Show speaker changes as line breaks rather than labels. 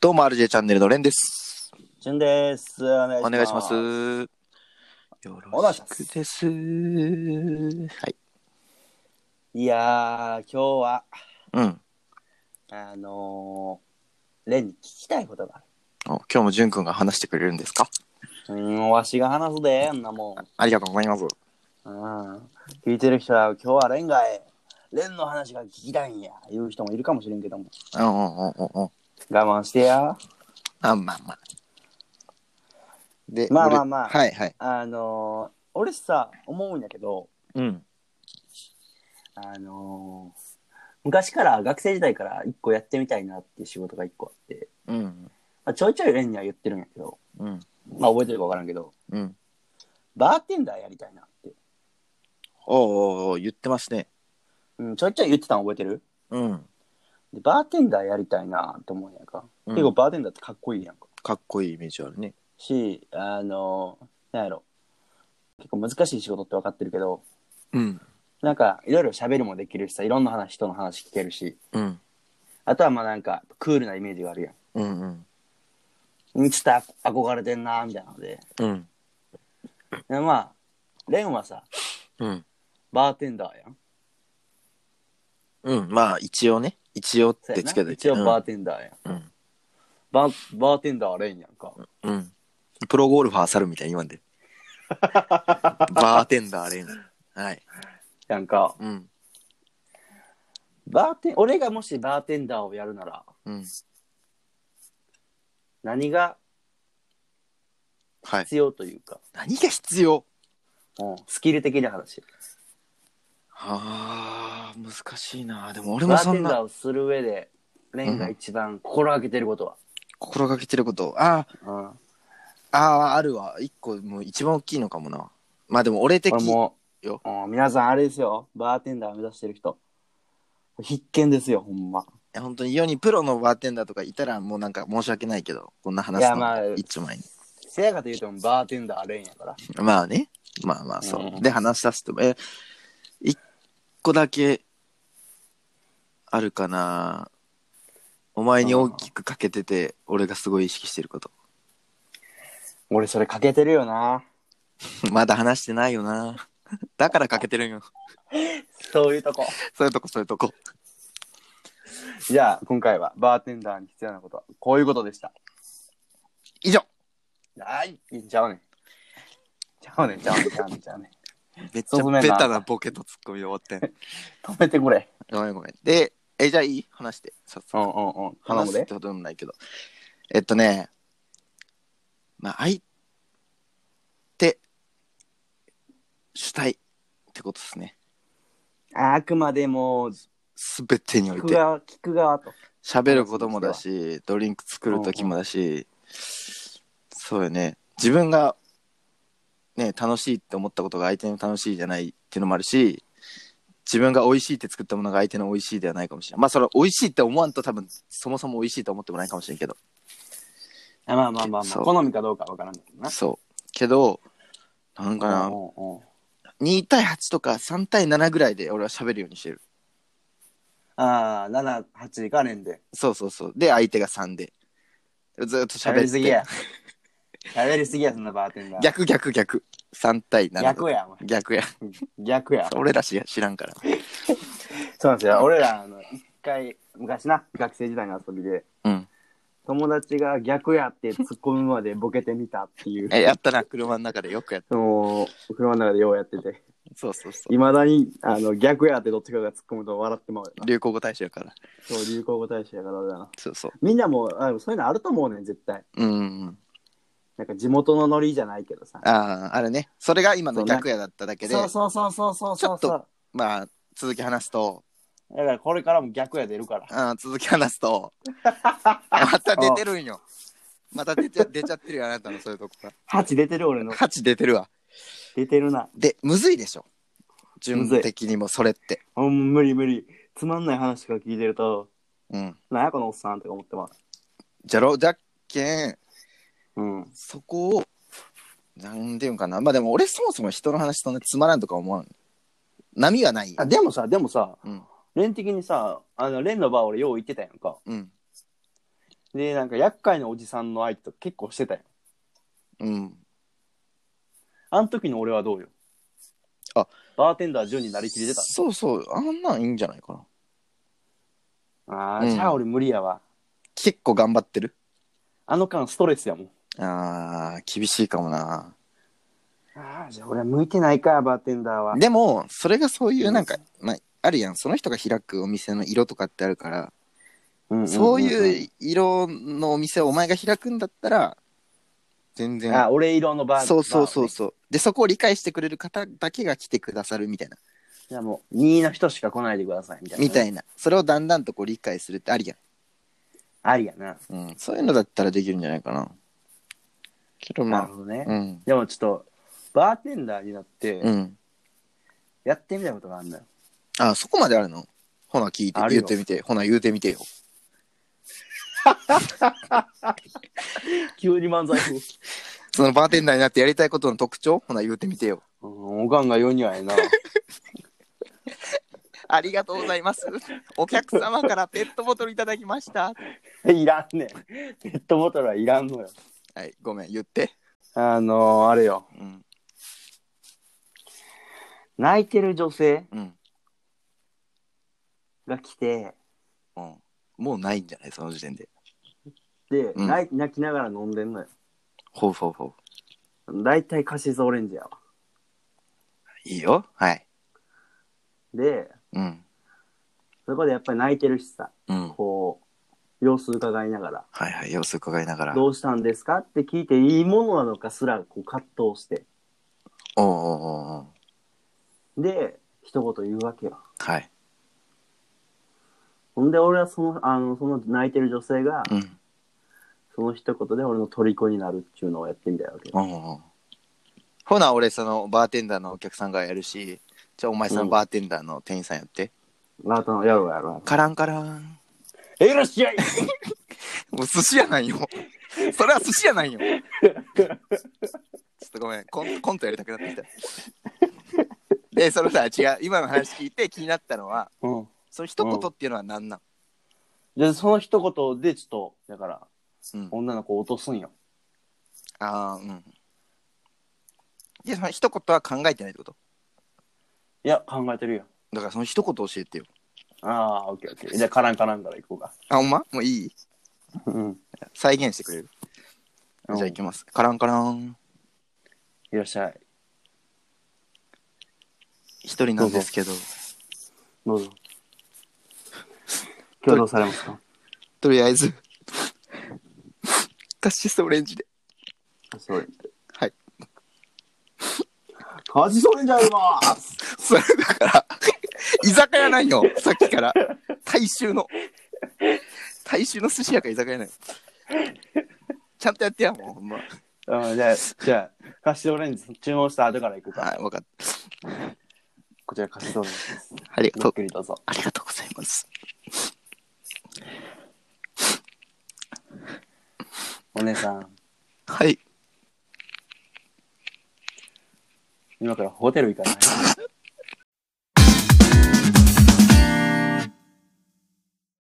どうも RJ チャンネルのレンです。
じゅんです。お願いし
お
ます。
願いします。よろしくです。はい。
いやー、今日は、
うん。
あのー、レンに聞きたいことが
お今日もじゅんくんが話してくれるんですか
ある。うん、わしが話すで、あんなも
ありがとうございます。
ん。うん。聞いてる人は、今日はレンがえ、レンの話が聞きたいんや、いう人もいるかもしれんけども。
うんうんうんうんうん。
我慢してや。
あ、まあまあ。で、
まあ
俺
まあまあ
はいはい。
あのー、俺さ、思うんやけど、
うん。
あのー、昔から学生時代から一個やってみたいなっていう仕事が一個あって、
うん。
まあ、ちょいちょいレンには言ってるんやけど、
うん。
まあ覚えてるか分からんけど、
うん。
バーテンダーやりたいなって、
おうおうおう言ってますね。
うん、ちょいちょい言ってたの覚えてる
うん。
でバーテンダーやりたいなと思うんやんか、
うん
結構バーテンダーってかっこいいやんか
かっこいいイメージあるね。
しあのなんやろ結構難しい仕事って分かってるけど
うん。
なんかいろいろ喋るもできるしさいろんな話人の話聞けるし
うん。
あとはまあなんかクールなイメージがあるやん
うんうん。
うんちょっとあ憧れてんなみたいなので
うん。
でまあレンはさ
うん。
バーテンダーやん
うん。まあ、一応ね。一応っ
そうや
て
な
つけといて。
一応バーテンダーやん、
うん。うん
バーバーテンダーレンやんか、
うん。プロゴルファー猿みたいに言わ んで。バーテンダーレン。はい。
やんか
うん。
バーテン俺がもしバーテンダーをやるなら
うん。
何が
はい。
必要というか、
何が必要
うんスキル的な話
あー、難しいな。でも俺も
バー
そ
テ
ん
ン
な
ダーをする上でレンが一番心がけてることは、
心がけてること。あー、
うん
あー、あるわ。一個、もう一番大きいのかもな。まあでも俺的
これもう
よ
うん皆さんあれですよバーテンダーを目指してる人必見ですよほんま
本当に世にプロのバーテンダーとかいたらもうなんか申し訳ないけど、こんな話
い
す
や
の
まあ
一丁前に。
せやかというともバーテンダーレンやから
まあね。まあまあそう。
うん
で、話し出すと、え、一個だけあるかな。お前に大きく欠けてて、俺がすごい意識してること。
俺それ欠けてるよな
まだ話してないよな。 だから欠けてるんよ。
そういうとこ
そういうとこ、そういうとこ。
じゃあ今回はバーテンダーに必要なことはこういうことでした
以上。
はいちゃうねんちゃうねんちゃうねんちゃうねんちゃうねん
めっち
そうごめ
ゃ
んな
ベタなボケとツッコミで終わってん。
止めてくれ
ごめんごめん。で、え、じゃあいい話して。早
うんう
速。
んうん頼
話
む
すっ
で
てことでもないけど。えっとね、まあ、相手主体ってことですね。
あくまでも
すべてにおい
聞く
て。
側聞く側と
喋ることもだし、ドリンク作る時もだし、そうよね。自分が、ね、楽しいって思ったことが相手の楽しいじゃないっていうのもあるし、自分が美味しいって作ったものが相手の美味しいではないかもしれない。まあ、それ美味しいって思わんと多分、そもそも美味しいと思ってもないかもしれんけど。
あまあまあまあまあ
そう
好みかどうかわからんけどな
そう。けど、なんかな、
うんうんうん
2対8とか3対7ぐらいで俺は喋るようにしてる。
ああ78が連で
そうそうそう。で、相手が3で。ずーっと喋
喋り
っ
す
て。
ぎや喋りすぎやそんなバーテンダー
逆逆逆。3対7。
逆やお前
逆や。
逆や
俺らし知らんから。
そうなんですよ俺らあの一回昔な学生時代の遊びで
うん。
友達が逆やって突っ込むまでボケてみたっていう
え、やったな、車の中でよくやった。
もう車の中でようやってて
そうそうそ
いまだにあの逆やってどっちかが突っ込むと笑ってまうよ
う。
な
流行語大賞やから。
そう流行語大使やからだな
そうそう。
みんなもあそういうのあると思うねん絶対
うんうん。
なんか地元のノリじゃないけどさ
ああ、あれね。それが今の逆やだっただけで、
そうそうそうそうそうそう
ちょ
そ
っ
う
まあ、続き話すと、
だからこれからも逆や出るから
うん、続き話す と、また出てるんよ。また出ちゃ 出ちゃってるよ、あなたのそういうとこが。
8出てる俺の
8出てるわ。
出てるな
で、むずいでしょ。
む
順
ずい
的にもそれって。
もう無理無理つまんない話とか聞いてると
うん。
なんやこのおっさんとか思ってます
じゃろ、じゃっけん、
うん
そこを、なんていうんかな。まあでも俺そもそも人の話そんなつまらんとか思わん。波がない。
あでもさでもさ
うん。
レン的にさあのレンのバー俺よう行ってたやんか
うん。
で、なんか厄介なおじさんの相手とか結構してたよ。
うん。
あの時の俺はどうよ。
あ
バーテンダー10になりきりでた。
そうそう。あんなんいいんじゃないかな。
ああ、
うん
じゃあ俺無理やわ。
結構頑張ってる。
あの間ストレスやもん。
ああ、厳しいかもな。
ああ、じゃあ俺は向いてないか、バーテンダーは。
でも、それがそういうなんか、まあ、あるやん。その人が開くお店の色とかってあるから、
うんうんうん
そういう色のお店をお前が開くんだったら、全然。
あ、俺色のバー
そうそうそうそう。で、そこを理解してくれる方だけが来てくださるみたいな。
じゃあもう、2位の人しか来ないでください、みたいな。
みたいな。それをだんだんとこう理解するってありやん。
ありやな。
うん。そういうのだったらできるんじゃないかな。けど
なる
ま
ほどね。
あ、うん。
でもちょっと、バーテンダーになって、
うん。
やってみたことがあるんだよ。
あ、そこまであるのほな聞いて
あ、る
言
よ
ってみて。ほな言うてみてよ。
急に漫才風。
そのバーテンダーになってやりたいことの特徴ほな言うてみてよ。
うん、おかんが言うにはええな。
ありがとうございます。お客様からペットボトルいただきました。
いらんねん。ペットボトルはいらんのよ。
はい、ごめん、言って。
あのー、あれよ。
うん。
泣いてる女性
うん。
が来て、
うん。もうないんじゃないその時点で。
で、
うん
泣い泣きながら飲んでんのよ。
ほうほうほう。
大体カシスオレンジやわ。
いいよ。はい。
で、
うん。
そこでやっぱり泣いてるしさ、
うん。
こう、様子伺いなが
はいはい、様子伺いながら。
ら、
おう
どうしたんですかって聞いていいものなのかすら、こう、葛藤して。
おうおうおう
で、一言言うわけよ。
はい。
ほんで、俺はその、あの、その泣いてる女性が、
うん。
その一言で俺の虜になるっていうのをやってみたいわけよ。
おうおうほな、俺、その、バーテンダーのお客さんがやるし、じゃあ、お前さ、
うんん
バーテンダーの店員さんやって。
あなたの、やろうやろうやろ
カランカラン。
う。えらっしゃい
もう寿司やないよ。それは寿司やないよ。ちょっとごめん、コンコントやりたくなってきた。で、そのさ、違う、今の話聞いて気になったのは、
うん。
その一言っていうのは何なん、
じゃあその一言で、ちょっと、だから、
うん、
女の子を落とすんよ。
ああ、うん。で、その一言は考えてないってこと
いや、考えてるよ。
だからその一言教えてよ。
ああ、オッケーオッケー。じゃあ、カランカランから行こうか。
あ、ほんまもういい
うん。
再現してくれる。じゃあ行きます。カランカラン。
いらっしゃい。
一人なんですけど、
どうぞ。今日どうされますか
とりあえず、 カシスオレンジで。
そうで
はい。
カジソレンジャーいます
それだから、居酒屋ないよ、さっきから。大衆の。大衆の寿司屋か居酒屋ないよ。ちゃんとやってやもう、ほんま。
うん、じゃあ、じゃあ、カシスオレンジ注文した後から行くか。
はい、わかった。
こちらカシスオレンジです。
ありが
ゆ
と
っ
う
く。りどうぞ。
ありがとうございます。
お姉さん、
はい。
今からホテル行かない